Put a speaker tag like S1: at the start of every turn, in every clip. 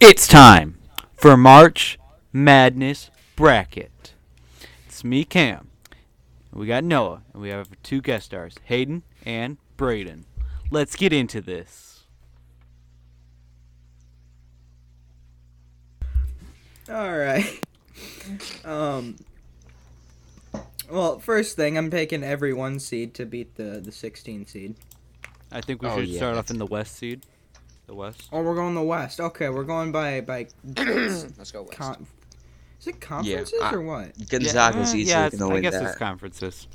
S1: It's time for March Madness Bracket. It's me, Cam. We got Noah, and we have two guest stars, Hayden and Braden. Let's get into this.
S2: All right. Um. Well, first thing, I'm picking every one seed to beat the the 16 seed.
S1: I think we
S3: Oh,
S1: should
S3: yeah,
S1: start off
S3: that's-
S1: in the West seed. The West?
S2: Oh, we're going the West. Okay, we're going by by
S3: Let's go West.
S2: con- Is it conferences
S3: I-
S2: or what?
S3: Gonzaga's
S1: yeah,
S3: easily
S1: yeah, it's-
S3: gonna
S1: Mm, I
S3: win
S1: guess
S3: that.
S1: it's conferences.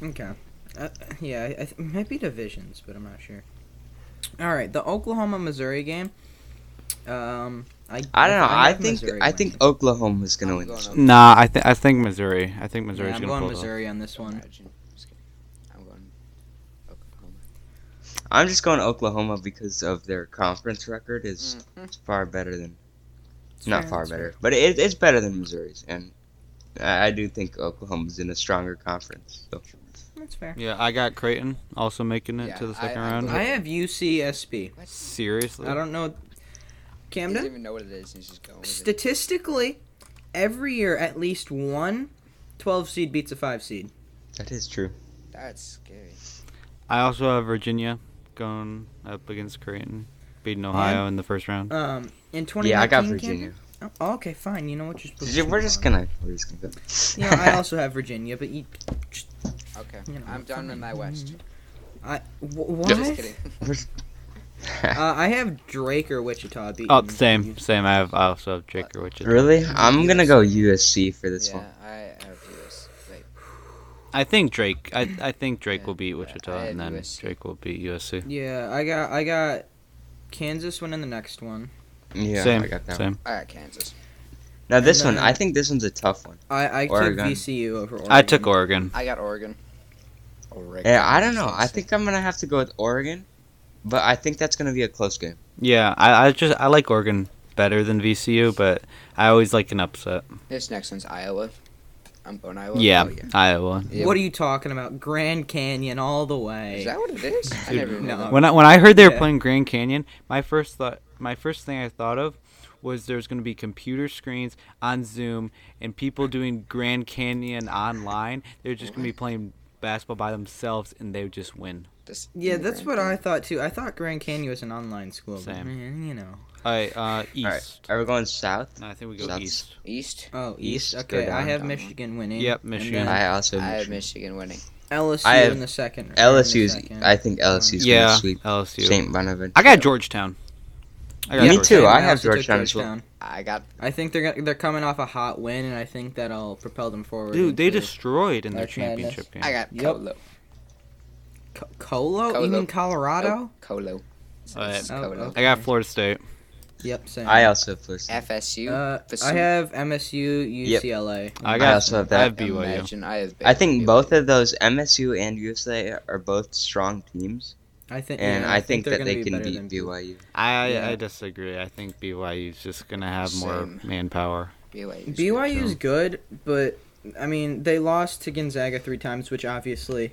S2: Okay. Uh, yeah, I I th- it might be divisions, but I'm not sure. All right, the Oklahoma Missouri game. Um, I
S3: I don't know. I
S2: have
S3: think
S2: Missouri
S3: I
S2: winning.
S3: think Oklahoma's gonna
S4: I'm
S3: win.
S4: going
S3: this.
S4: Oklahoma.
S1: Nah, I think I think Missouri. I think
S2: Yeah,
S1: Missouri's
S2: I'm
S1: gonna
S2: going
S1: pull
S2: Missouri on this
S3: Mm.
S2: one.
S4: Imagine. Just kidding. I'm going Oklahoma.
S3: I'm just going Oklahoma because of their conference record is
S2: Mm-hmm.
S3: far better than not
S2: fair,
S3: far
S2: that's
S3: better, but it, it's better than Missouri's, and I, I do think Oklahoma's in a stronger conference. So.
S2: That's fair.
S1: Yeah, I got Creighton also making it
S4: Yeah,
S1: to the
S4: I-
S1: second
S4: I'm
S1: round.
S4: going-
S2: I have UCSB.
S1: Seriously?
S2: I don't know.
S4: He doesn't
S2: Camden.
S4: even know what it is. He's just going. With it.
S2: Statistically, every year at least one 12 seed beats a five seed.
S3: That is true.
S4: That's scary.
S1: I also have Virginia going up against Creighton, beating Ohio in the first round.
S2: Um, in 2019.
S3: Yeah, I got
S2: Camden-
S3: Virginia.
S2: Oh, okay, fine. You know what? You're supposed to
S3: We're just
S2: move on.
S3: gonna. We're just gonna go.
S2: You know, I also have Virginia, but you,
S4: Okay,
S2: You know,
S4: I'm done with my West.
S2: I wh-
S4: Just
S2: what?
S4: kidding.
S2: Uh, I have Drake or Wichita beating.
S1: Oh, same, same. I have I also have Drake or Wichita.
S3: really? I'm gonna go USC for this
S4: yeah,
S3: one.
S4: I have US. Wait,
S1: I think Drake. I I think Drake
S4: Yeah,
S1: will beat
S4: yeah,
S1: Wichita,
S4: I have
S1: and then
S4: USC.
S1: Drake will beat USC.
S2: Yeah, I got I got Kansas winning the next one.
S3: Yeah,
S1: same,
S3: I got that. One.
S1: same.
S4: I got Kansas.
S3: Now this
S2: And
S3: one,
S2: then-
S3: I think this one's a tough one.
S2: I I
S3: Oregon.
S2: took VCU over Oregon.
S1: I took Oregon.
S4: I got Oregon. Oregon.
S3: Yeah, I don't know.
S4: Let's
S3: I
S4: see.
S3: think I'm gonna have to go with Oregon, but I think that's gonna be a close game.
S1: Yeah, I, I just I like Oregon better than VCU, but I always like an upset.
S4: this next one's Iowa. I'm going Iowa.
S1: yeah,
S4: Oh, yeah.
S1: Iowa.
S4: Yeah.
S2: What are you talking about? Grand Canyon all the way.
S4: Is that what it is? I never even
S2: no.
S4: knew that.
S1: When I when I heard they were
S2: Yeah.
S1: playing Grand Canyon, my first thought, my first thing I thought of was there's going to be computer screens on Zoom and people doing Grand Canyon online. They're just going to be playing basketball by themselves and they would just win.
S4: This-
S2: yeah, that's what I
S4: Oregon.
S2: thought too. I thought Grand Canyon was an online school. but,
S1: Same.
S2: man, you know.
S1: All right, uh,
S3: All right,
S1: East.
S3: are we going south?
S1: No, I think we go
S3: That's-
S1: East.
S4: East.
S2: Oh, East.
S3: East, go
S2: Okay, I
S3: down,
S2: have
S4: down.
S2: Michigan winning.
S1: Yep,
S2: and
S1: Michigan.
S2: then
S3: I also
S4: I have
S3: mentioned-
S4: Michigan winning.
S2: LSU
S3: I have
S2: in the second.
S3: LSU's.
S2: in the second.
S3: I think LSU's
S1: Yeah,
S3: gonna sweep
S1: LSU.
S3: St. Bonaventure.
S1: I got Georgetown. I
S3: Me
S1: Georgetown.
S3: too, I have
S2: also took
S3: Georgetown as well.
S4: I got
S2: I think they're gonna, they're coming off a hot win, and I think that'll propel them forward.
S1: Dude, they
S2: into-
S1: destroyed in their
S2: March Madness.
S1: championship game.
S4: I got
S2: Yep.
S4: Colo.
S2: Co- Colo?
S4: Colo.
S2: Even Colorado?
S4: Colo. It's-
S1: Alright.
S4: it's
S2: Oh,
S4: Colo.
S2: okay.
S1: I got Florida State.
S2: Yep, same.
S3: I also have first.
S4: FSU.
S2: uh, I
S4: Vasu-
S2: have MSU,
S3: Yep.
S2: UCLA.
S1: I
S3: I
S1: got
S3: also have
S1: I have
S3: that.
S1: BYU.
S4: Imagine I have.
S3: I think
S4: BYU.
S3: both of those MSU and USA are both strong teams,
S2: I think,
S3: and
S2: yeah,
S3: I think
S2: they're
S3: that
S2: gonna
S3: they can
S2: better
S3: beat
S2: than-
S3: BYU.
S1: I
S2: Yeah.
S1: I disagree. I think BYU's just gonna have more
S4: Same.
S1: manpower.
S4: BYU.
S2: BYU's good, but I mean they lost to Gonzaga three times, which obviously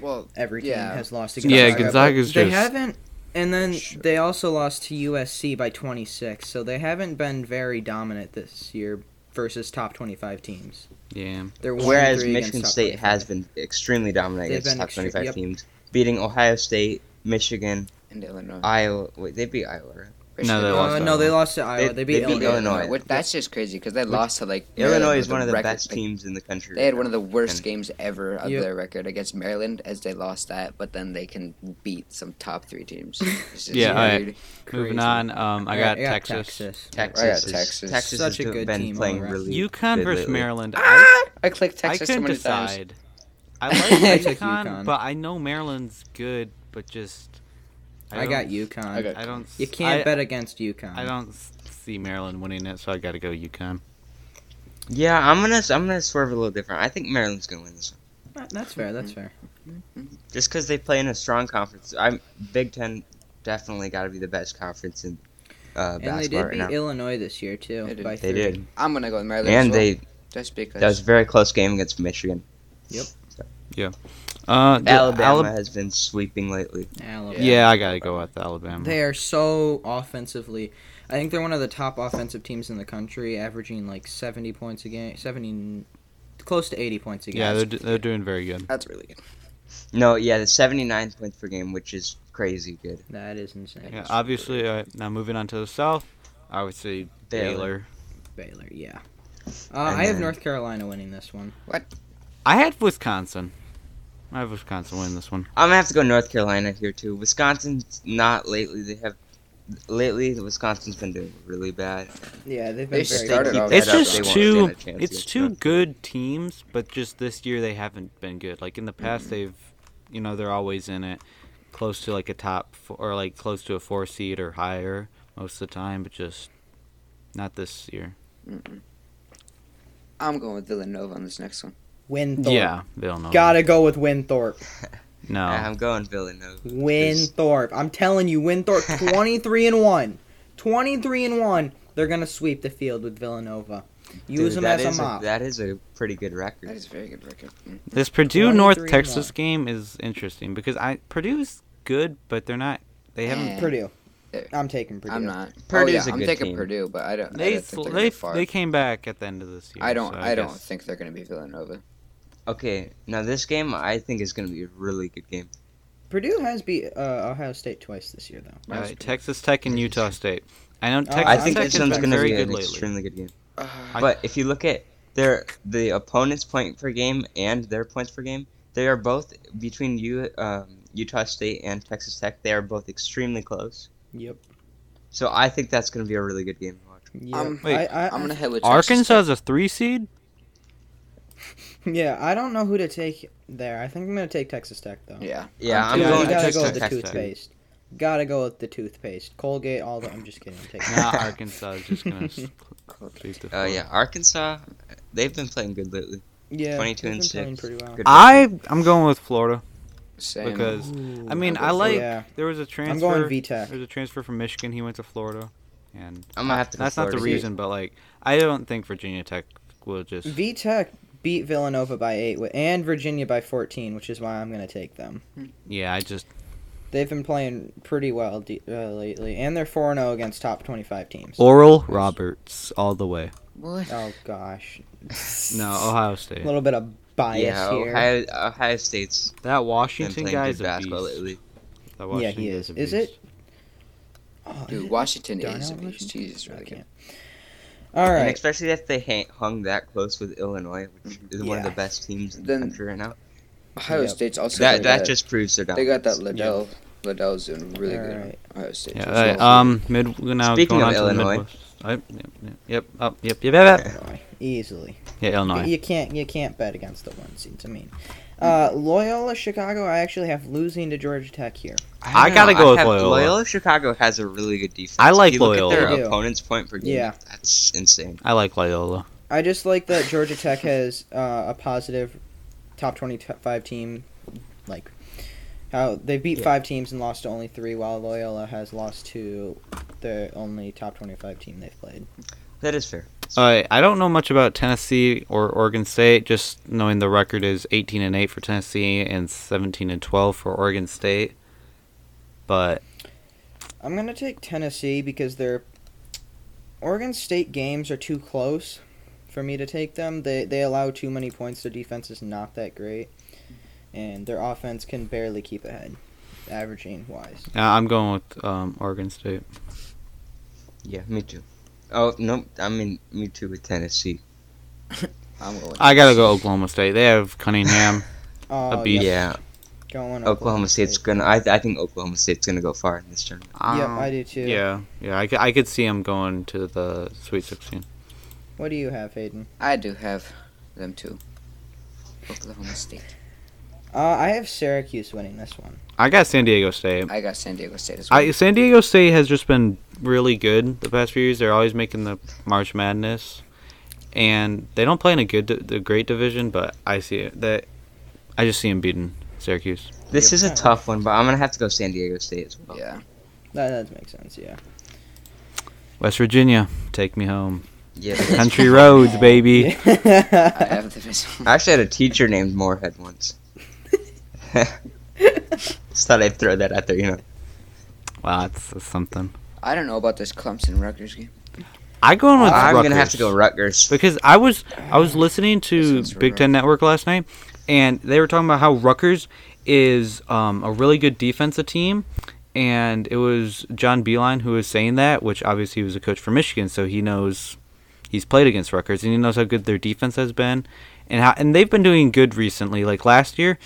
S4: Well,
S2: every team
S4: Yeah.
S2: has lost to Gonzaga.
S1: Yeah,
S2: but
S1: Gonzaga's
S2: they
S1: just-
S2: haven't. And then
S3: Sure.
S2: they also lost to USC by 26, so they haven't been very dominant this year versus top 25 teams.
S1: Yeah.
S2: They're one and
S3: Whereas
S2: three against
S3: Michigan
S2: top
S3: State
S2: 25.
S3: has been extremely dominant
S2: They've
S3: against
S2: been
S3: top
S2: extre-
S3: 25
S2: yep.
S3: teams, beating Ohio State, Michigan,
S4: in Illinois.
S3: Iowa. Wait, they beat Iowa. Right?
S1: No, they
S2: Uh,
S1: lost to
S2: no, they
S1: Iowa.
S2: lost to Iowa. They,
S3: They-
S2: beat,
S3: they beat
S2: Illinois.
S3: Illinois.
S4: What- that's just crazy because they lost to like
S3: Illinois
S4: Maryland
S3: is
S4: with
S3: one
S4: a
S3: of the
S4: record-
S3: best
S4: like,
S3: teams in the country.
S4: They had one of the worst
S3: And-
S4: games ever of
S2: Yep.
S4: their record against Maryland, as they lost that, but then they can beat some top three teams. It's just
S1: Yeah, alright.
S4: weird.
S1: Moving
S4: Crazy.
S1: on, um, I got Texas.
S4: I
S3: Texas.
S4: got
S3: is-
S4: Texas.
S3: Texas
S2: Such
S3: has
S2: a good
S3: been
S2: team all
S3: playing
S2: around.
S3: really.
S1: UConn
S3: good
S1: versus
S3: lately.
S1: Maryland. I,
S4: Ah! I clicked
S1: I
S4: Texas too
S1: couldn't
S4: many times.
S1: decide. I like
S4: I
S2: took
S1: UConn,
S2: UConn.
S1: but I know Maryland's good, but just
S2: I, got
S1: don't-
S2: UConn.
S4: I got-
S1: I don't.
S2: You can't
S1: I,
S2: bet against UConn.
S1: I don't s- see Maryland winning it, so I got to go UConn.
S3: Yeah, I'm gonna I'm gonna swerve a little different. I think Maryland's gonna win this one
S2: That- That's fair.
S3: Mm.
S2: That's fair.
S3: just because they play in a strong conference. I'm Big Ten definitely got to be the best conference in uh,
S2: And they
S3: basketball
S2: did
S3: right
S2: beat
S3: now.
S2: Illinois this year too.
S4: They did.
S2: By three.
S3: They did,
S4: I'm gonna go with Maryland. as
S3: and
S4: well,
S3: they
S4: just because.
S3: that was a very close game against Michigan.
S1: Uh, the
S3: Alabama
S1: Alab-
S3: has been sweeping lately.
S2: Alabama.
S1: yeah. I gotta go with Alabama.
S2: They are so offensively. I think they're one of the top offensive teams in the country, averaging like 70 points a game, 70, close to 80 points a game.
S1: yeah, they're, do- they're doing very good.
S4: That's really good.
S3: No, yeah, the 79 points per game, which is crazy good.
S2: that is insane.
S1: Yeah, obviously. Uh, now moving on to the South, I would say
S3: Baylor.
S1: Baylor.
S2: Baylor, yeah. Uh, I
S3: And
S2: have
S3: then-
S2: North Carolina winning this one.
S1: I had Wisconsin. I have Wisconsin win this one.
S3: I'm gonna have to go North Carolina here too. Wisconsin's not lately. They have lately Wisconsin's been doing really bad.
S2: Yeah, they've
S4: They
S2: been very
S4: started
S2: good.
S4: off-
S1: It's
S4: that up,
S1: just
S4: they won't
S1: two.
S3: stand a chance
S1: It's
S3: against
S1: two
S3: North
S1: good teams, but just this year they haven't been good. Like in the past, they've, you know, they're always in it, close to like a top four, or like close to a four seed or higher most of the time, but just not this year.
S4: Mm-mm. I'm going with Villanova on this next one.
S2: Winthorpe.
S1: Yeah,
S3: Oh.
S1: Villanova.
S2: Gotta go with Winthorpe.
S1: No,
S3: I'm going Villanova.
S2: Winthorpe. I'm telling you, Winthorpe 23 and 1. 23 and 1. They're going to sweep the field with Villanova. Use
S3: Dude,
S2: them
S3: that
S2: as a
S3: is
S2: mop.
S3: that is a pretty good record.
S4: That is a very good record. Mm.
S1: this Purdue North
S2: 23
S1: Texas
S2: more.
S1: game is interesting because I Purdue's good, but they're not. They haven't.
S4: Yeah.
S2: Purdue.
S4: There.
S2: I'm taking Purdue.
S4: I'm not.
S3: Purdue's
S4: oh, yeah,
S3: a
S4: I'm
S3: good
S4: thinking
S3: team.
S4: Purdue, but I don't. I
S1: They
S4: don't think they're gonna
S1: they
S4: go far.
S1: they came back at the end of this year.
S4: I don't.
S1: so
S4: I, don't
S1: guess-
S4: think they're going to be Villanova.
S3: Okay, now this game I think is gonna be a really good game.
S2: Purdue has beat uh, Ohio State twice this year, though.
S1: All right, Texas Tech and Utah State. I know Texas
S3: Oh, I think
S1: Tech
S2: Texas
S3: this
S1: has
S3: one's
S1: been
S3: gonna
S1: very
S3: be
S1: good
S3: an
S1: lately.
S3: extremely good game.
S4: Uh,
S1: I-
S3: But if you look at their the opponent's point per game and their points per game, they are both between you um, Utah State and Texas Tech. They are both extremely close.
S2: Yep.
S3: So I think that's going to be a really good game to watch.
S2: yep.
S4: Um,
S1: Wait,
S2: I, I,
S4: I'm going to head with Texas
S1: Arkansas is a three seed.
S2: Yeah, I don't know who to take there. I think I'm going to take Texas Tech, though.
S4: Tech. Yeah.
S3: Yeah, I'm
S2: Dude,
S1: going
S2: you gotta
S1: Texas
S2: go with the
S1: Tech. Texas Tech.
S2: toothpaste. Gotta go with the toothpaste. Colgate, all the. I'm just kidding. I'm taking
S1: Nah, Arkansas is just gonna s- sweep the
S3: Oh
S1: floor.
S3: yeah, Arkansas. They've been playing good lately.
S2: Yeah,
S3: 22
S2: they've
S3: and
S2: been playing
S3: 6.
S2: Pretty well.
S3: Good
S1: I I'm going with Florida
S4: Same.
S1: because I mean
S4: I'll go
S1: I like
S2: Yeah.
S1: there was a transfer.
S2: I'm going VTech.
S1: There was a transfer from Michigan. He went to Florida, and
S3: I'm gonna have to. go
S1: that's not the
S3: Florida.
S1: reason. But like I don't think Virginia Tech will just.
S2: V Tech beat Villanova by eight wi- and Virginia by 14, which is why I'm going to take them.
S1: Yeah, I just
S2: They've been playing pretty well de- uh, lately, and they're 4 0 against top 25 teams.
S1: Oral Roberts all the way.
S4: What?
S2: oh, gosh.
S1: No, oh. Ohio
S2: A
S1: State.
S2: little bit of bias
S3: Yeah,
S2: here.
S3: Ohio, Ohio State's
S1: That
S3: been
S1: Washington
S3: playing
S1: guy's
S3: good
S1: a
S3: basketball
S1: beast.
S3: lately.
S1: That
S2: Yeah, he
S1: Washington guy's
S2: is.
S1: a
S2: Is it?
S1: beast.
S2: Oh, is
S4: Dude,
S2: it
S4: Washington
S2: Darnell
S4: is a beast.
S2: Washington?
S4: He's
S2: I
S4: really good.
S2: can't. All
S3: And
S2: right.
S3: especially if they hang, hung that close with Illinois, which is one of the
S2: Yeah.
S3: best teams in
S4: Then-
S3: the country right now.
S4: Ohio
S2: Yep.
S4: State's also very
S3: That that
S4: good.
S3: just proves they're down.
S4: They got that Liddell. Liddell's doing really good.
S2: Alright.
S4: on Ohio State.
S1: Yeah,
S4: too.
S1: alright,
S4: So-
S1: um, mid, we're now
S3: Speaking
S1: going
S3: of
S1: on to
S3: Illinois.
S1: the Midwest. Yep, yep, yep, up, yep, yep, yep, yep.
S2: Illinois, Easily.
S1: Yeah, Illinois.
S2: You can't you can't bet against the one seeds. I mean, uh, Loyola Chicago. I actually have losing to Georgia Tech here.
S1: I gotta go with
S3: have-
S1: Loyola.
S3: Chicago has a really good defense.
S1: I like
S3: If you look
S1: Loyola.
S3: At their
S2: They do.
S3: opponent's point per game.
S2: Yeah.
S3: that's insane.
S1: I like Loyola.
S2: I just like that Georgia Tech has uh, a positive top twenty-five team. Like how they beat
S3: Yeah.
S2: five teams and lost to only three, while Loyola has lost to the only top twenty-five team they've played.
S3: That is fair.
S1: Alright, I don't know much about Tennessee or Oregon State. Just knowing the record is 18 and 8 for Tennessee and 17 and 12 for Oregon State. But
S2: I'm gonna take Tennessee because their Oregon State games are too close for me to take them. They they allow too many points. Their defense is not that great, and their offense can barely keep ahead, averaging wise.
S1: uh, I'm going with um, Oregon State.
S3: Yeah, me too. Oh no, I mean me too with Tennessee.
S4: I'm going.
S1: I gotta go Oklahoma State. They have Cunningham.
S2: Oh,
S1: A beast.
S2: yep,
S3: Yeah,
S2: going
S3: Oklahoma, State's gonna. I I think Oklahoma State's gonna go far in this tournament.
S2: Yep,
S1: Um,
S2: I do too.
S1: Yeah, yeah. I, c- I could see them going to the Sweet 16.
S2: What do you have, Hayden?
S4: I do have them too. Oklahoma State.
S2: Uh, I have Syracuse winning this one.
S1: I got San Diego State.
S4: I got San Diego State as well.
S1: I, San Diego State has just been really good the past few years. They're always making the March Madness, and they don't play in a good, di- the great division. But I see it that I just see them beating Syracuse.
S3: This
S4: Yep.
S3: is a tough one, but I'm gonna have to go San Diego State as well.
S4: yeah.
S2: That that makes sense. Yeah.
S1: West Virginia, take me home.
S3: Yeah.
S1: Country roads, baby.
S4: I have them as well.
S3: I actually had a teacher named Moorhead once. Just thought I'd throw that out there, you know.
S1: Wow, that's, that's something.
S4: I don't know about this Clemson Rutgers game.
S1: I go in with
S3: I'm
S1: Rutgers.
S3: gonna have to go Rutgers.
S1: because I was I was listening
S4: This
S1: to
S4: one's for
S1: Big Ten Network last night, and they were talking about how Rutgers is um, a really good defensive team, and it was John Beeline who was saying that, which obviously he was a coach for Michigan, so he knows he's played against Rutgers and he knows how good their defense has been, and how and they've been doing good recently. Like last year,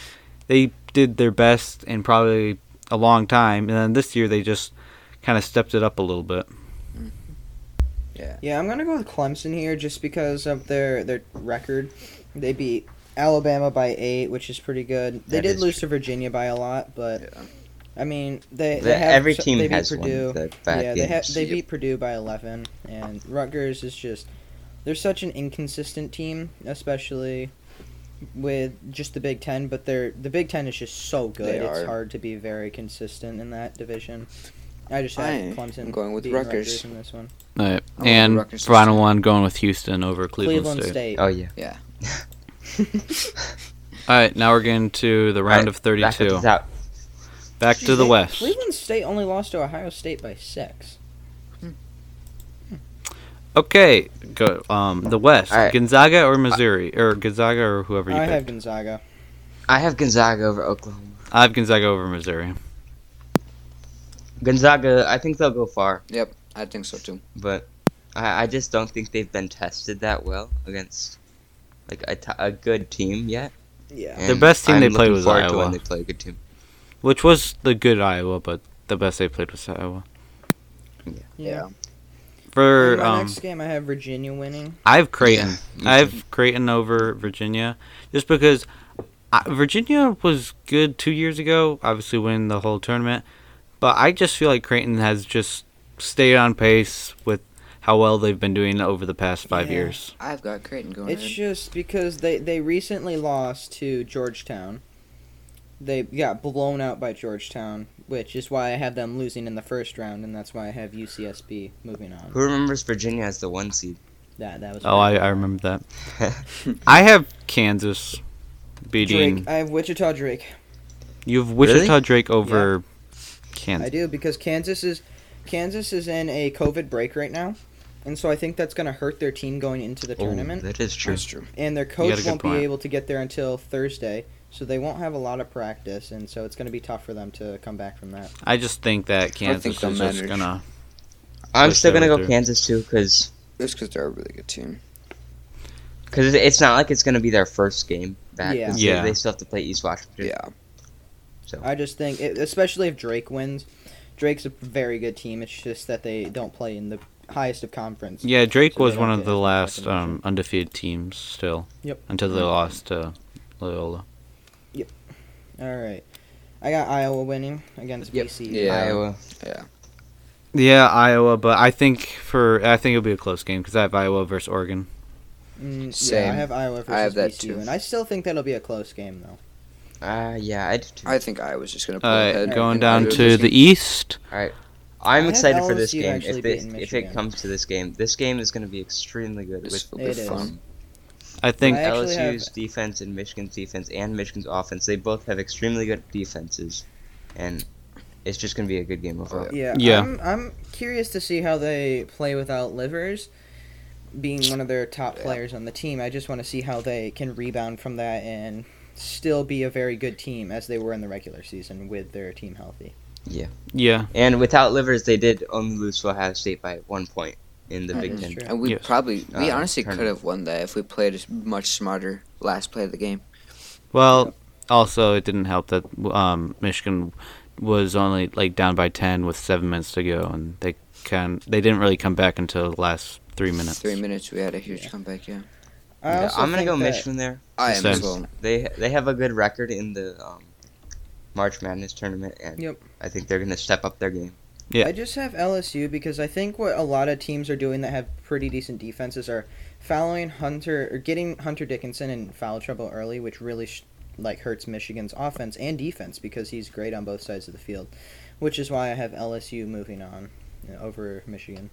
S1: they did their best in probably a long time, and then this year they just kind of stepped it up a little bit.
S2: Yeah, I'm gonna go with Clemson here just because of their their record. They beat Alabama by eight, which is pretty good. They
S3: That
S2: did
S3: is
S2: lose to Virginia by a lot, but
S4: Yeah.
S2: I mean they, they
S3: The-
S2: have
S3: every
S2: so-
S3: team
S2: they beat
S3: has
S2: Purdue.
S3: one. The bad
S2: yeah, they ha-
S3: games.
S2: they
S4: Yep.
S2: beat Purdue by eleven, and Rutgers is just they're such an inconsistent team, especially with just the Big Ten. But they're the Big Ten is just so good;
S4: They
S2: it's
S4: are.
S2: hard to be very consistent in that division. I just
S4: I
S2: have
S4: am
S2: Clemson.
S4: going with
S2: beating
S4: Rutgers.
S2: in this one.
S1: All right,
S4: I want
S1: and
S4: Rutgers to
S1: final
S4: stay.
S1: one going with Houston over Cleveland,
S2: Cleveland
S1: State.
S2: State.
S3: Oh yeah.
S1: All right, now we're getting to the round of
S3: Back up
S1: 32.
S3: is out.
S1: Back to the
S2: They-
S1: West.
S2: Cleveland State only lost to Ohio State by six.
S1: Okay, go. Um, the West.
S3: All right.
S1: Gonzaga or Missouri, or Gonzaga or whoever you
S2: I
S1: pick.
S2: have Gonzaga.
S3: I have Gonzaga over Oklahoma.
S1: I have Gonzaga over Missouri.
S3: Gonzaga, I think they'll go far,
S4: I think so too.
S3: but I, I just don't think they've been tested that well against like a, t- a good team yet.
S2: Yeah.
S1: Their
S3: and
S1: best team
S3: I'm
S1: they played
S3: looking
S1: was
S3: forward to
S1: Iowa.
S3: when they play a good team.
S1: Which was the good Iowa, but the best they played was Iowa.
S2: Yeah. In
S1: For
S2: my
S1: um,
S2: next game, I have Virginia winning.
S1: I have Creighton.
S3: Yeah, me
S1: I have Creighton over Virginia, just because I, Virginia was good two years ago. Obviously, winning the whole tournament, but I just feel like Creighton has just stayed on pace with how well they've been doing over the past five
S2: Yeah.
S1: years.
S4: I've got Creighton going.
S2: It's
S4: ahead.
S2: just because they they recently lost to Georgetown. They got blown out by Georgetown, which is why I have them losing in the first round, and that's why I have UCSB moving on.
S3: Who remembers Virginia as the one seed?
S2: That that was.
S1: Oh, I,
S2: pretty
S1: I
S2: bad.
S1: remember that. I have Kansas beating.
S2: Drake. I have Wichita Drake.
S1: You have Wichita Drake over
S2: I
S1: Kansas.
S2: do because Kansas is Kansas is in a COVID break right now, and so I think that's going to hurt their team going into the
S3: Oh,
S2: tournament.
S3: that is true.
S4: That's true.
S2: and their
S1: got a
S2: coach
S1: good
S2: won't be
S1: point.
S2: able to get there until Thursday, so they won't have a lot of practice, and so it's going to be tough for them to come back from that.
S1: I just think that Kansas
S4: think they'll
S1: is just
S4: manage.
S1: gonna.
S3: I'm
S1: Wish
S3: still
S1: they
S3: gonna
S1: were
S3: go
S1: through.
S3: Kansas too, cause
S4: That's because they're a really good team.
S3: cause it- it's not like it's gonna be their first game back.
S2: Yeah.
S3: 'cause they-
S1: Yeah.
S3: They, still have to play East Washington.
S4: Yeah.
S2: I just think, it, especially if Drake wins, Drake's a very good team. It's just that they don't play in the highest of conference.
S1: Yeah, Drake
S2: So they
S1: was
S2: don't
S1: one
S2: get
S1: of the
S2: as much
S1: last
S2: recognition.
S1: um, undefeated teams still.
S2: Yep. Mm-hmm.
S1: Until they lost to Loyola.
S2: All right, I got Iowa winning against
S4: Yep.
S2: BC.
S4: Yeah.
S3: Iowa.
S1: Yeah, Iowa, but I think for I think it'll be a close game because I have Iowa versus Oregon.
S2: Mm, yeah,
S4: Same.
S2: I have Iowa versus
S4: have that
S2: BC,
S4: too.
S2: and I still think that'll be a close game though.
S3: Uh, yeah, I do too.
S4: I think Iowa's just gonna. Pull
S1: Uh,
S4: ahead
S1: going
S4: and
S1: down
S4: Iowa's
S1: to
S4: just
S1: the East.
S3: I'm
S2: I had
S3: excited for this
S2: LSU
S3: game.
S2: actually
S3: If it,
S2: beating
S3: if it
S2: Michigan.
S3: comes to this game, this game is going to be extremely good
S4: This
S3: with
S4: will be
S2: It
S4: fun.
S1: I think
S2: I actually have-
S3: LSU's defense and Michigan's defense and Michigan's offense. They both have extremely good defenses, and it's just going to be a good game overall.
S2: Yeah.
S1: Yeah.
S2: I'm, I'm curious to see how they play without Livers being one of their top
S4: Yeah.
S2: players on the team. I just want to see how they can rebound from that and still be a very good team as they were in the regular season with their team healthy.
S1: yeah,
S3: And without Livers, they did only lose to Ohio State by one point in the
S2: That
S3: Big
S2: is
S3: Ten.
S2: true.
S4: And we
S1: Yes.
S4: probably, we
S3: Uh,
S4: honestly
S3: turn
S4: could
S3: it.
S4: have won that if we played as much smarter last play of the game.
S1: Well, also it didn't help that um, Michigan was only like down by ten with seven minutes to go, and they can they didn't really come back until the last three minutes.
S4: Three minutes, we had a huge
S2: Yeah.
S4: comeback. Yeah,
S2: I
S3: Yeah,
S2: also
S3: I'm going to
S2: think
S3: go
S2: that-
S3: Michigan there.
S4: I am as
S1: Same.
S4: well.
S3: They they have a good record in the um, March Madness tournament, and
S2: Yep.
S3: I think they're going to step up their game.
S1: Yeah.
S2: I just have LSU because I think what a lot of teams are doing that have pretty decent defenses are following Hunter or getting Hunter Dickinson in foul trouble early, which really sh- like hurts Michigan's offense and defense because he's great on both sides of the field, which is why I have LSU moving on uh, over Michigan.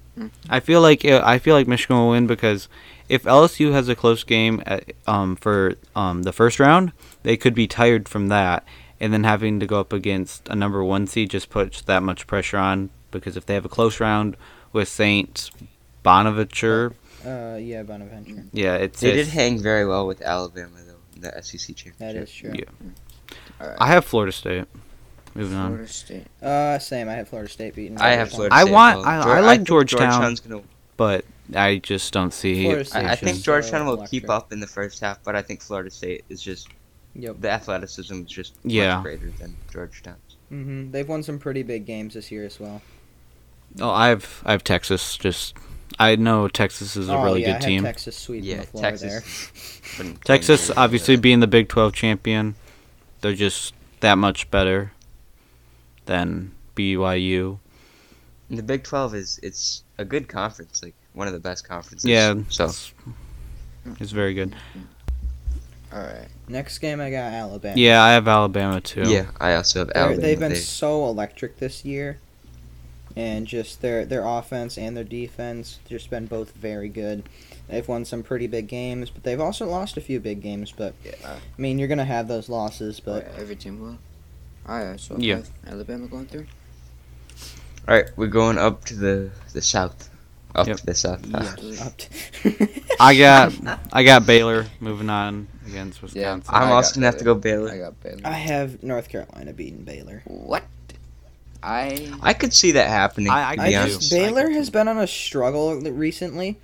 S1: I feel like I feel like Michigan will win because if LSU uh, has a close game at, um, for um, the first round, they could be tired from that, and then having to go up against a number one seed just puts that much pressure on because if they have a close round with Saints, Bonaventure,
S2: Uh, yeah, Bonaventure.
S1: yeah, it's.
S3: They did
S1: it's-
S3: hang very well with Alabama though in the SEC championship.
S2: That is true.
S1: Yeah.
S4: All right.
S1: I have Florida State. Moving on.
S4: Florida State.
S2: Uh, same. I have Florida State beating.
S3: I have
S2: Georgetown.
S3: Florida.
S1: I
S3: State
S1: want-
S3: as
S1: I-
S3: well.
S1: I like
S3: think
S1: Georgetown.
S3: Georgetown. gonna.
S1: but I just don't see.
S2: Florida
S1: it.
S2: State
S3: I, I think
S2: should-
S3: Georgetown will
S2: Electric.
S3: keep up in the first half, but I think Florida State is just
S2: Yep.
S3: the athleticism is just
S1: Yeah.
S3: much greater than Georgetown.
S2: hmm They've won some pretty big games this year as well.
S1: Oh, I've I've Texas. Just I know Texas is a
S2: oh,
S1: really
S2: yeah, I
S1: good
S2: have
S1: team.
S2: Texas sweep
S3: Yeah,
S2: the floor
S3: Texas.
S2: there.
S3: Wouldn't-
S1: Texas,
S3: wouldn't-
S1: obviously being the Big Twelve champion, they're just that much better than BYU.
S3: And the Big Twelve is it's a good conference, like one of the best conferences.
S1: Yeah,
S3: So
S1: it's, it's very good.
S4: All right.
S2: Next game, I got Alabama.
S1: Yeah, I have Alabama too.
S3: yeah, I also have
S2: They're-
S3: Alabama.
S2: they've been
S3: They-
S2: so electric this year, and just their their offense and their defense just been both very good. They've won some pretty big games, but they've also lost a few big games. But
S4: Yeah.
S2: I mean, you're gonna have those losses.
S4: All
S2: But
S4: right, Every team will. All right. So
S1: Yeah.
S4: yeah. Alabama going through.
S3: All right, we're going up to the the south, up
S1: Yep.
S3: to the south.
S4: Yes.
S2: up t-
S1: I got I got Baylor moving on against Wisconsin.
S3: I'm
S4: I
S3: also
S4: got
S3: gonna have to go Baylor.
S4: I got Baylor.
S2: I have North Carolina beating Baylor.
S4: What? I.
S3: I could see that happening.
S1: I- I
S3: to
S2: I
S3: be
S1: do.
S3: honest.
S2: just Baylor has been on a struggle l- recently,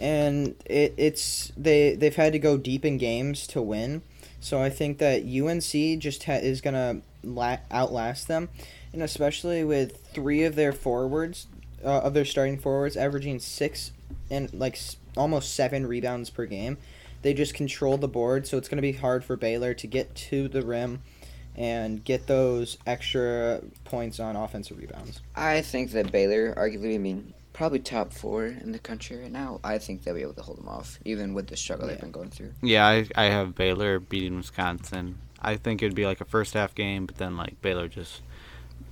S2: and it, it's they they've had to go deep in games to win. So I think that UNC just ha- is gonna la- outlast them, and especially with three of their forwards, uh, of their starting forwards, averaging six and like s- almost seven rebounds per game. They just control the board, so it's gonna be hard for Baylor to get to the rim. And get those extra points on offensive rebounds.
S4: I think that Baylor, arguably, I mean, probably top four in the country right now. I think they'll be able to hold them off, even with the struggle they've
S2: Yeah.
S4: been going through.
S1: Yeah, I, I have Baylor beating Wisconsin. I think it'd be like a first half game, but then like Baylor just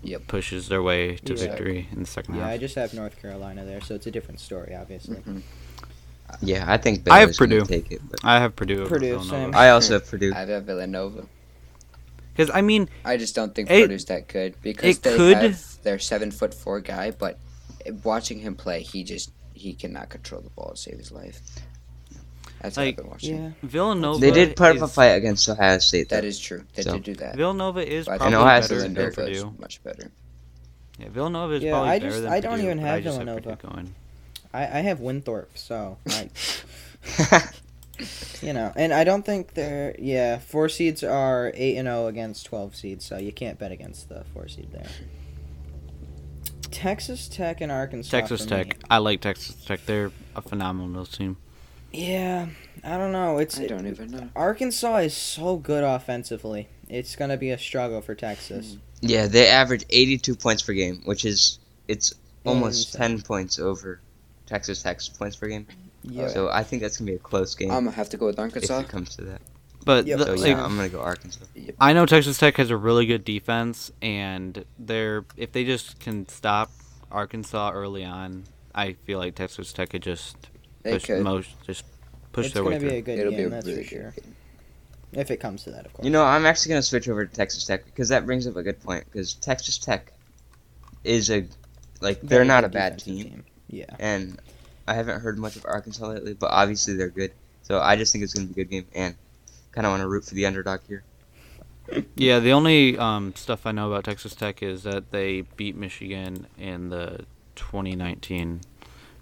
S4: Yep.
S1: pushes their way to
S2: Yeah.
S1: victory in the second
S2: Yeah,
S1: half.
S2: I just have North Carolina there, so it's a different story, obviously.
S4: Mhm.
S3: Yeah, I think Baylor's
S1: I have
S3: gonna
S1: Purdue.
S3: Take it, but
S1: I have Purdue. over
S2: Purdue,
S1: Villanova.
S2: same.
S3: I also have Purdue.
S4: I have Villanova.
S1: Because I mean,
S4: I just don't think
S1: It-
S4: Purdue's that good because
S1: it
S4: they
S1: could-
S4: have their seven foot four guy, but watching him play, he just he cannot control the ball to save his life. That's
S1: Like-
S4: what I've been watching.
S1: Villanova.
S3: They did put up a
S1: is-
S3: fight against Ohio State. Though.
S4: That is true. They
S3: So-
S4: did do that.
S1: Villanova is
S4: But I
S1: probably
S4: think
S3: Ohio
S1: better
S3: State's
S1: than
S4: Villanova is
S1: Purdue.
S4: much better.
S1: Yeah, Villanova is
S2: Yeah,
S1: probably
S2: I
S1: better
S2: just-
S1: than
S2: I don't
S1: Purdue,
S2: even
S1: but
S2: have
S1: I just Purdue
S2: Villanova.
S1: going.
S2: I, I have Winthorpe, so I, you know, and I don't think they're yeah. Four seeds are eight and zero against twelve seeds, so you can't bet against the four seed there. Texas Tech and Arkansas.
S1: Texas
S2: for me.
S1: Tech. I like Texas Tech. They're a phenomenal team.
S2: Yeah, I don't know. It's
S4: I don't even know.
S2: Arkansas is so good offensively. It's gonna be a struggle for Texas.
S3: yeah, they average 82 points per game, which is it's almost
S2: Insane.
S3: 10 points over Texas Tech's points per game.
S2: Yeah.
S3: So I think that's gonna be a close game
S4: I'm gonna have to go with
S3: if
S4: Arkansas.
S3: it comes to that.
S1: But
S2: Yep. Oh,
S1: the-
S3: So
S1: like,
S3: yeah, I'm gonna go Arkansas.
S1: I know Texas Tech has a really good defense, and they're if they just can stop Arkansas early on, I feel like Texas Tech could just
S4: They
S1: push
S4: could.
S1: most, just push
S2: it's
S1: their
S2: gonna
S1: way
S2: be a
S1: through.
S2: good
S4: It'll
S2: game.
S4: be a
S2: that's
S4: really
S2: for
S4: good
S2: sure.
S4: game.
S2: If it comes to that, of course.
S3: You know, I'm actually gonna switch over to Texas Tech because that brings up a good point. Because Texas Tech is a like they're
S2: Very
S3: not a
S2: good
S3: bad
S2: defensive
S3: team,
S2: Yeah.
S3: and I haven't heard much of Arkansas lately, but obviously they're good. So I just think it's gonna be a good game, and kind of want to root for the underdog here.
S1: Yeah, the only um, stuff I know about Texas Tech is that they beat Michigan in the 2019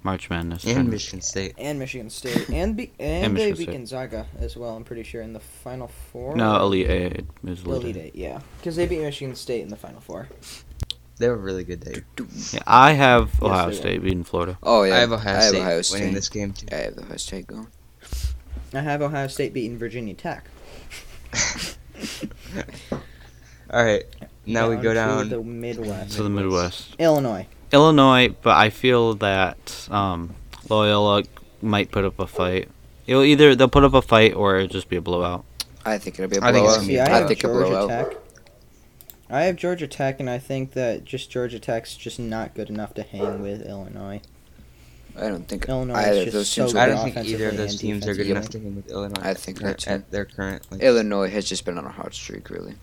S1: March Madness.
S3: And
S1: tournament.
S3: Michigan State.
S2: and Michigan State, and be, and,
S1: And
S2: they
S1: Michigan
S2: beat
S1: State.
S2: Gonzaga as well. I'm pretty sure in the Final Four.
S1: No, Elite Eight. It was Elite,
S2: Elite
S1: Eight.
S2: Eight, yeah, because they beat Michigan State in the Final Four.
S3: They were really good there.
S1: Yeah, I have Ohio
S2: they were.
S1: State beating Florida.
S4: Oh yeah,
S3: I have Ohio
S4: I have
S3: State
S4: Ohio
S3: winning
S4: State.
S3: this game too.
S4: I have Ohio State going.
S2: I have Ohio State beating Virginia Tech.
S3: All right, now we go down.
S2: to the Midwest.
S1: To the Midwest.
S2: Illinois.
S1: Illinois, but I feel that um, Loyola might put up a fight. It'll either they'll put up a fight or it'll just be a blowout.
S4: I think it'll be a
S3: I think it's
S4: blowout.
S3: gonna
S2: Oh, See,
S3: be a
S2: I have
S3: blowout.
S4: think a
S2: Georgia
S4: blowout.
S2: Tech. I have Georgia Tech, and I think that just Georgia Tech's just not good enough to hang with Illinois.
S4: I don't think
S2: Illinois is
S4: either of
S2: just
S4: those
S2: so
S4: teams.
S2: good
S3: I
S4: will be-
S3: don't think either
S2: offensively
S3: of those
S2: and
S3: teams are good
S4: defensively.
S3: enough to hang with Illinois.
S4: I think
S3: at-
S4: so, too.
S3: at their current. Like,
S4: Illinois has just been on a hot streak, really.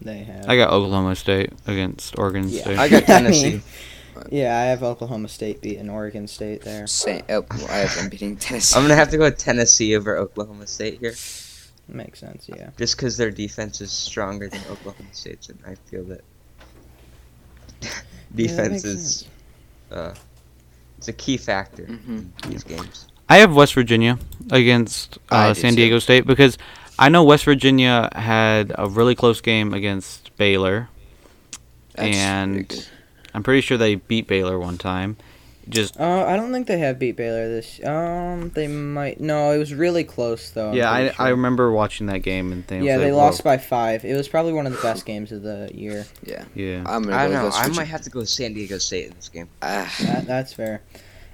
S2: They have.
S1: I got Oklahoma State against Oregon
S2: Yeah,
S1: State.
S3: I got Tennessee.
S2: yeah, I have Oklahoma State beating Oregon State there.
S4: Say, oh, well, I have them beating Tennessee.
S3: I'm gonna have to go with Tennessee over Oklahoma State here,
S2: Makes sense. Yeah.
S3: just because their defense is stronger than Oklahoma State's, and I feel that
S2: makes
S3: defense
S2: sense.
S3: is uh, it's a key factor
S4: Mhm.
S3: in these games.
S1: I have West Virginia against
S4: I
S1: uh,
S4: do
S1: San
S4: too.
S1: Diego State because I know West Virginia had a really close game against Baylor.
S4: That's
S1: and
S4: pretty good.
S1: I'm pretty sure they beat Baylor one time. Just
S2: Uh, I don't think they have beat Baylor this. Um, they might. No, it was really close though. I'm
S1: yeah, I,
S2: pretty
S1: I
S2: sure.
S1: remember watching that game and things.
S2: Yeah,
S1: like,
S2: they
S1: whoa.
S2: lost by five. It was probably one of the best games of the year.
S1: Yeah,
S4: I'm gonna
S3: I
S4: go
S3: don't know.
S4: with West
S3: I might
S4: Virginia.
S3: have to go with San Diego State in this game.
S4: Ah,
S2: That, that's fair.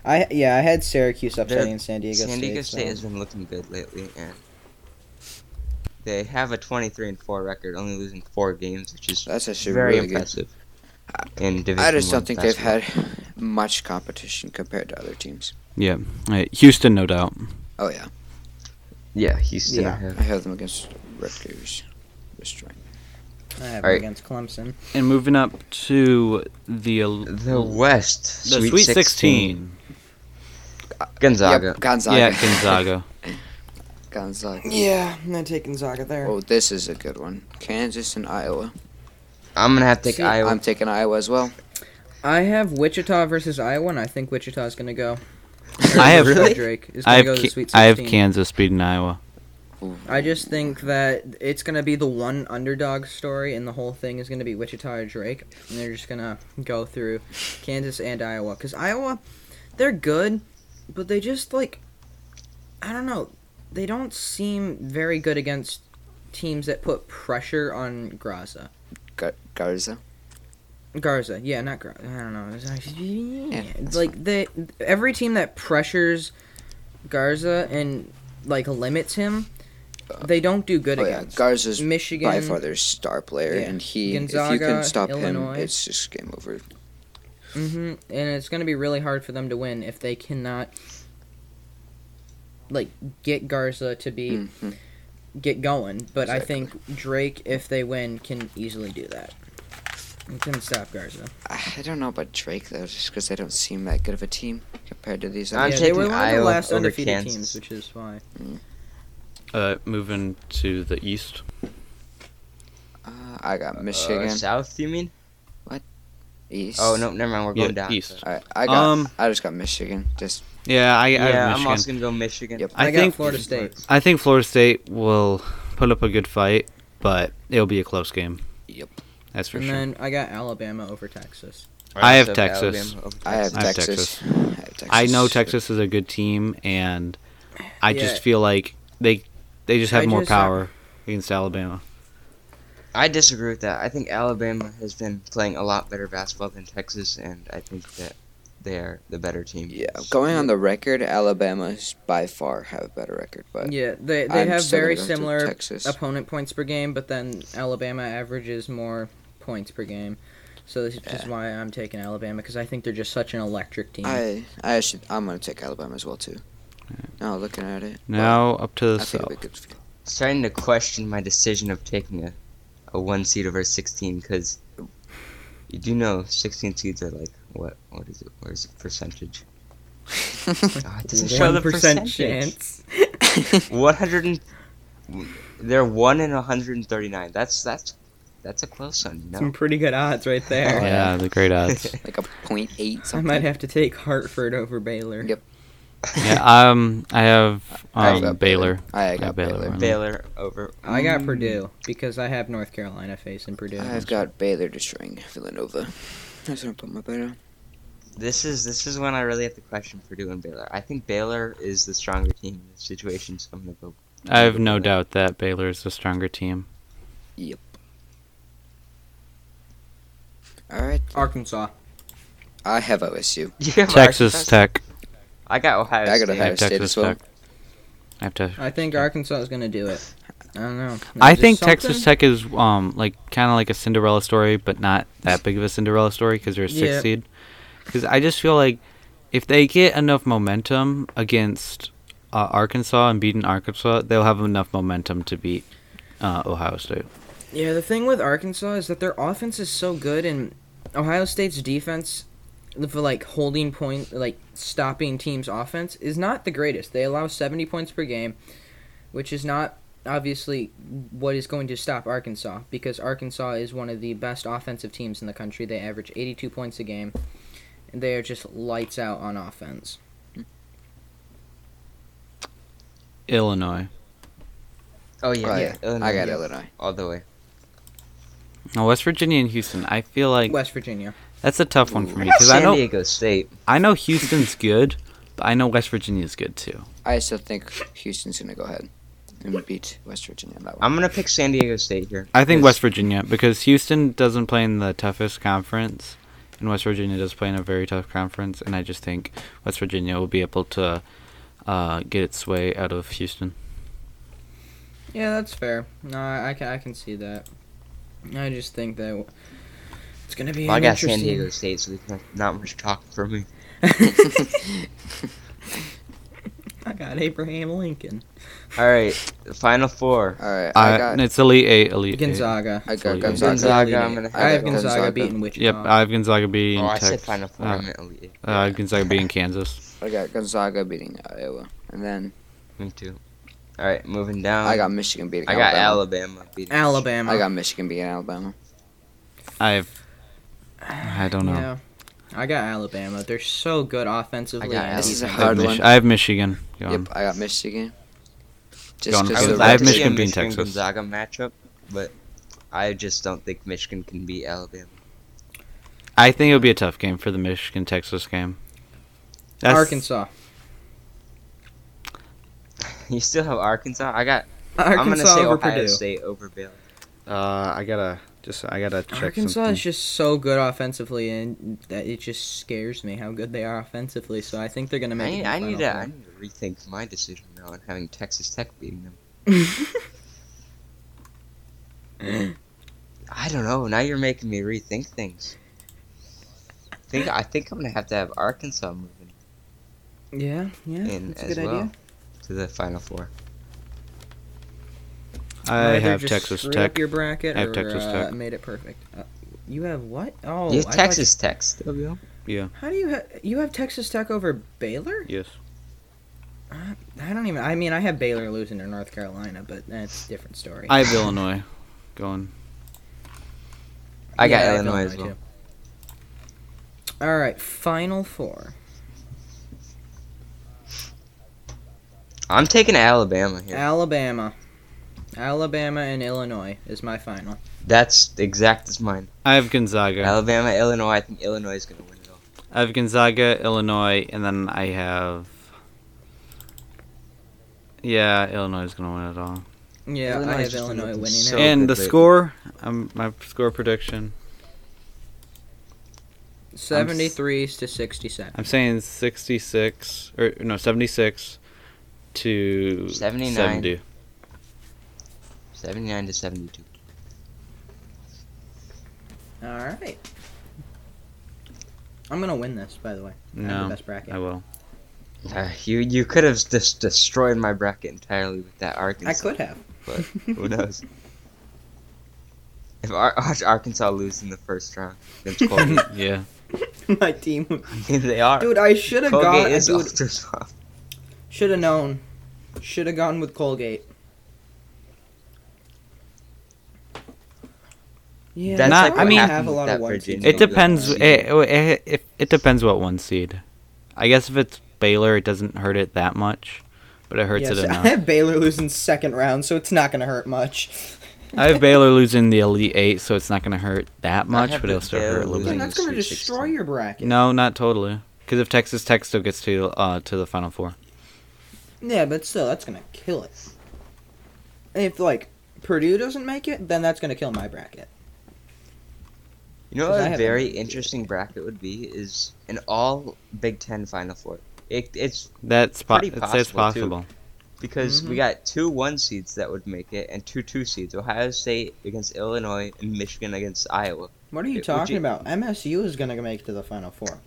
S2: I yeah, I had Syracuse upsetting
S3: They're-
S2: San Diego
S3: San Diego
S2: State.
S3: State
S2: so-
S3: has been looking good lately, and they have a 23 and 4 record, only losing four games, which is
S4: that's actually
S3: very
S4: really good.
S3: impressive. In Division
S4: I just
S3: One
S4: don't think they've
S3: basketball.
S4: had much competition compared to other teams.
S1: Alright, Houston, no doubt.
S4: Oh yeah,
S3: Yeah, Houston.
S2: Yeah.
S3: have-
S4: I have them against Rutgers. Restraint.
S2: I have
S3: All right.
S2: against Clemson.
S1: And moving up to the el-
S3: The West.
S1: the Sweet 16.
S3: Gonzaga.
S4: Yep, Gonzaga.
S1: Yeah, Gonzaga.
S4: Gonzaga.
S2: Yeah, I'm gonna take Gonzaga there.
S4: Oh, this is a good one. Kansas and Iowa.
S3: I'm going to have to take
S2: See,
S3: Iowa.
S4: I'm taking Iowa as well.
S2: I have Wichita versus Iowa, and I think Wichita's gonna go.
S1: I have- Really?
S2: Drake is gonna
S1: I have,
S2: go to the
S1: Ca-
S2: Sweet
S1: I have
S2: 16.
S1: Kansas beating Iowa.
S2: I just think that it's gonna be the one underdog story, and the whole thing is gonna be Wichita or Drake, and they're just gonna go through Kansas and Iowa, because Iowa, they're good, but they just like, I don't know, they don't seem very good against teams that put pressure on Graza.
S4: Gar- Garza.
S2: Garza, yeah, not Garza. I don't know. It's actually-
S4: Yeah, that's
S2: like they, every team that pressures Garza and like limits him, they don't do good
S4: Oh yeah,
S2: against.
S4: Garza's
S2: Michigan.
S4: by far their star player,
S2: Yeah.
S4: and he if you
S2: Gonzaga,
S4: can stop
S2: Illinois.
S4: him, it's just game over.
S2: hmm And it's going to be really hard for them to win if they cannot, like, get Garza to be
S4: Mhm.
S2: get going. But I
S4: Exactly.
S2: think Drake, if they win, can easily do that. He can stop Garza.
S4: I don't know about Drake though, just because they don't seem that good of a team compared to these
S3: I'm
S4: other.
S2: yeah, they
S3: taking
S2: were one of the
S3: Iowa
S2: last
S3: over
S2: undefeated
S3: Kansas.
S2: teams, which is why.
S1: Uh, moving to the East.
S4: Uh, I got
S3: Uh,
S4: Michigan
S3: South, you mean?
S4: East.
S3: Oh, no, never mind. We're
S1: Yeah,
S3: going down.
S1: East.
S4: All right, I got.
S1: Um,
S4: I just got Michigan. Just
S1: Yeah, I, I
S3: Yeah,
S1: have
S3: I'm
S1: Michigan.
S3: also going to go Michigan.
S4: Yep.
S1: I
S2: I, got
S1: think-
S2: Florida State.
S1: I think Florida State will put up a good fight, but it'll be a close game.
S4: Yep.
S1: That's for
S2: and
S1: sure.
S2: then I got Alabama over Texas.
S1: I have
S3: So
S1: Texas.
S3: Alabama over
S4: I have
S3: Texas.
S1: I have
S4: Texas. I have Texas.
S1: I know Texas is a good team, and I
S2: Yeah.
S1: just feel like they they just have
S2: I
S1: more
S2: just-
S1: power against Alabama.
S3: I disagree with that. I think Alabama has been playing a lot better basketball than Texas, and I think that they are the better team.
S4: Yeah, going on the record, Alabama's by far have a better record, but
S2: Yeah, they they
S4: I'm
S2: have
S4: still gonna
S2: very
S4: go to
S2: similar
S4: Texas.
S2: opponent points per game, but then Alabama averages more points per game. So this is just why I'm taking Alabama because I think they're just such an electric team.
S4: I I should I'm gonna take Alabama as well too. Now looking at it,
S1: Now up to the
S4: I think it'd
S1: South.
S4: be good. for-
S3: starting to question my decision of taking a, a one seed over 16 because you do know 16 seeds are like what what is it where's the percentage oh, it doesn't show the
S2: 1%
S3: percentage
S2: chance.
S3: 100 and, they're 1 in 139 that's that's that's a close one no
S2: Some pretty good odds right there.
S1: Yeah, the great odds.
S4: like a point eight
S2: I
S4: something.
S2: might have to take Hartford over Baylor.
S4: Yep.
S1: yeah, um, I have
S4: I have
S1: um,
S4: got
S1: Baylor.
S4: I got
S1: Baylor
S4: Baylor.
S1: winning.
S3: Baylor over
S2: I got
S3: Mm,
S2: Purdue because I have North Carolina facing Purdue.
S4: I've got Baylor destroying Villanova. That's gonna put my bet on.
S3: this is this is when I really have to question Purdue and Baylor I think Baylor is the stronger team in this situation so I'm gonna go
S1: I have no
S3: Baylor.
S1: doubt that Baylor is the stronger team.
S4: All right,
S2: Arkansas.
S4: I have OSU.
S3: You have
S1: Texas
S3: Arkansas?
S1: Tech.
S3: I got Ohio
S4: I got
S3: State.
S1: I
S4: Ohio
S1: have
S4: State
S1: Texas
S4: as well.
S1: Tech. I have to.
S2: I think Arkansas is going to do it. I don't know.
S1: I
S2: Just
S1: think
S2: something-
S1: Texas Tech is um like kind of like a Cinderella story, but not that big of a Cinderella story because they're a six
S2: Yeah.
S1: seed. Because I just feel like if they get enough momentum against uh, Arkansas and beating Arkansas, they'll have enough momentum to beat uh, Ohio State.
S2: Yeah, the thing with Arkansas is that their offense is so good, and Ohio State's defense for like holding point, like stopping teams' offense, is not the greatest. They allow seventy points per game, which is not obviously what is going to stop Arkansas because Arkansas is one of the best offensive teams in the country. They average eighty-two points a game, and they are just lights out on offense.
S1: Illinois.
S3: Oh yeah,
S4: Right.
S3: yeah. Illinois,
S4: I got
S3: yeah.
S4: Illinois.
S3: all the way.
S1: Now, West Virginia and Houston. I feel like
S2: West Virginia.
S1: that's a tough one for me because I
S3: San
S1: know
S3: Diego State.
S1: I know Houston's good, but I know West Virginia's good too.
S4: I still think Houston's gonna go ahead and beat West Virginia on that one.
S3: I'm gonna pick San Diego State here.
S1: I think
S3: because
S1: West Virginia because Houston doesn't play in the toughest conference, and West Virginia does play in a very tough conference, and I just think West Virginia will be able to uh, get its way out of Houston.
S2: Yeah, that's fair. No, I, I can I can see that. I just think that it's gonna be
S3: I
S2: an
S3: got San
S2: interesting-
S3: Diego State, so there's not, not much talk for me.
S2: I got Abraham Lincoln.
S3: All right, final four.
S4: All right, I
S1: I
S4: got.
S1: it's Elite Eight, Elite Eight.
S2: Gonzaga.
S4: I
S1: Gonzaga.
S4: got Gonzaga.
S3: Gonzaga, I'm gonna have
S2: I have
S4: got
S2: Gonzaga, beating Wichita.
S1: Yep, I have Gonzaga
S3: Oh,
S1: beating.
S3: I said
S1: Tex-
S3: final four.
S1: uh,
S3: I meant Elite Eight.
S1: uh, Gonzaga beating Kansas.
S4: I got Gonzaga beating Iowa, and then
S3: Me too. All right, moving down.
S4: I got Michigan beating.
S3: Um, I got
S4: Alabama.
S3: Alabama beating.
S2: Alabama.
S4: I got Michigan beating Alabama.
S1: I have. I don't know.
S2: Yeah. I got Alabama. They're so good offensively.
S3: I got
S2: and
S3: Alabama.
S4: This is a
S1: I, have
S4: hard
S1: Mich-
S4: one.
S1: I have Michigan. Go on.
S4: Yep, I got Michigan.
S1: Go
S4: Just
S1: on.
S3: I
S4: because
S1: So
S3: would
S4: of
S1: I
S3: like
S1: have
S3: to see a
S1: Michigan beating
S3: Michigan
S1: Texas.
S3: Gonzaga matchup, but I just don't think Michigan can beat Alabama.
S1: I think it'll be a tough game for the Michigan Texas game. That's-
S2: Arkansas.
S3: You still have Arkansas. I got. I'm gonna
S2: Arkansas
S3: say
S2: over
S3: Ohio
S2: Purdue.
S3: State over Baylor.
S1: Uh, I gotta just I gotta check
S2: Arkansas
S1: something.
S2: is just so good offensively, and that it just scares me how good they are offensively. So I think they're gonna
S3: I
S2: make. it
S3: need,
S2: to
S3: I
S2: the
S3: need to.
S2: Final
S3: I need to rethink my decision now on having Texas Tech beating them. I don't know. Now you're making me rethink things. I think I think I'm gonna have to have Arkansas moving
S2: Four. Yeah, yeah,
S3: in
S2: that's a
S3: as
S2: good
S3: well
S2: idea.
S3: to the Final Four.
S1: I
S2: Either
S1: have
S2: just
S1: Texas
S2: screwed
S1: Tech.
S2: Up your bracket
S1: I have
S2: or
S1: Texas
S2: uh,
S1: Tech.
S2: made it perfect. Uh, you have what? Oh,
S3: yeah,
S2: I thought you-
S3: Texas Tech still. Bill.
S2: How do you ha- you have Texas Tech over Baylor?
S1: Yes.
S2: I don't even. I mean, I have Baylor losing to North Carolina, but that's a different story.
S1: I have Illinois. Going.
S3: I got
S2: Yeah,
S3: Illinois, as well.
S2: too. All right, Final Four.
S3: I'm taking Alabama here.
S2: Alabama, Alabama and Illinois is my final.
S3: That's exact as mine.
S1: I have Gonzaga.
S3: Alabama, Illinois. I think Illinois is gonna win it all.
S1: I have Gonzaga, Illinois, and then I have. Yeah, Illinois is gonna win it all.
S2: Yeah,
S3: Illinois
S2: I
S3: is
S2: have
S3: just
S2: Illinois
S3: looking
S2: winning
S3: so-
S2: it.
S1: and the
S3: good rate.
S1: score, um, my score prediction.
S2: Seventy-three to sixty-seven.
S1: I'm saying 66 or no 76 to
S3: 79.
S1: 70.
S3: Seventy-nine to seventy-two.
S2: All right. I'm gonna win this, by the way. I have the
S1: No,
S2: best bracket.
S1: I will.
S3: Uh, you you could have just destroyed my bracket entirely with that Arkansas.
S2: I could have.
S3: but who knows? If Ar- Ar- Arkansas loses in the first round, then it's Colgate.
S1: yeah.
S2: my team. would-
S3: they are.
S2: Dude, I should have
S3: Colgate
S2: gone.
S3: is
S2: Dude,
S3: ultra soft.
S2: Should have known. Should have gone with Colgate. Yeah,
S3: That's
S1: Not-
S2: they
S1: I
S2: don't
S1: mean-
S2: have a lot
S3: that
S2: of one
S3: Virginia
S2: seed.
S1: It
S3: Maybe like
S1: depends.
S3: one
S1: It,
S3: seed.
S1: it, it, it depends what one seed. I guess if it's Baylor, it doesn't hurt it that much, but it hurts it
S2: Yes, I
S1: enough.
S2: have Baylor losing second round, so it's not gonna hurt much.
S1: I have Baylor losing the Elite Eight, so it's not going to hurt that much,
S3: have
S1: but it'll
S3: the
S1: still
S3: Baylor
S1: hurt a little
S2: Then
S1: bit.
S3: losing.
S2: that's gonna
S3: Sweet
S2: destroy
S3: 16.
S2: your bracket.
S1: No, not totally. Because if Texas Tech still gets to uh, to the Final Four,
S2: Yeah, but still, that's gonna kill it. If like Purdue doesn't make it, then that's gonna kill my bracket.
S3: You know
S2: 'Cause I
S3: what a
S2: have
S3: very
S2: Illinois.
S3: interesting bracket would be is an all Big Ten Final Four. It, it's
S1: that's po-
S3: Pretty
S1: it's, it's
S3: possible, too.
S1: possible.
S3: because
S2: Mhm.
S3: we got two one seeds that would make it and two two seeds. Ohio State against Illinois and Michigan against Iowa.
S2: What are
S3: It
S2: you
S3: would
S2: talking
S3: you-
S2: about? MSU is gonna make it to the final four.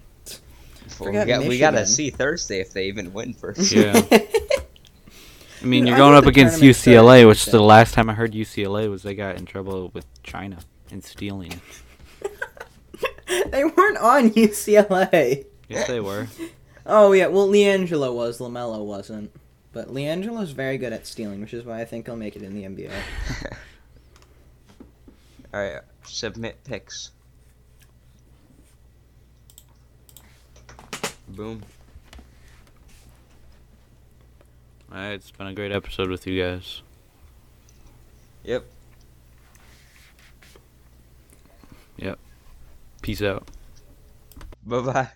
S3: Well,
S2: Forget
S3: we got we got to
S2: Michigan.
S3: see Thursday if they even win first.
S1: Yeah. I mean,
S2: Dude,
S1: you're
S2: I
S1: going
S2: thought
S1: up
S2: the
S1: against
S2: tournament started
S1: UCLA,
S2: in
S1: which the
S2: December.
S1: last time I heard UCLA was they got in trouble with China and stealing. it.
S2: they weren't on UCLA.
S1: Yes, they were.
S2: Oh yeah, well Leangelo was, Lamelo wasn't. But Leangelo's very good at stealing, which is why I think he'll make it in the NBA.
S3: All right, submit pics. Boom.
S1: All right, it's been a great episode with you guys.
S3: Yep.
S1: Peace out.
S3: Bye bye.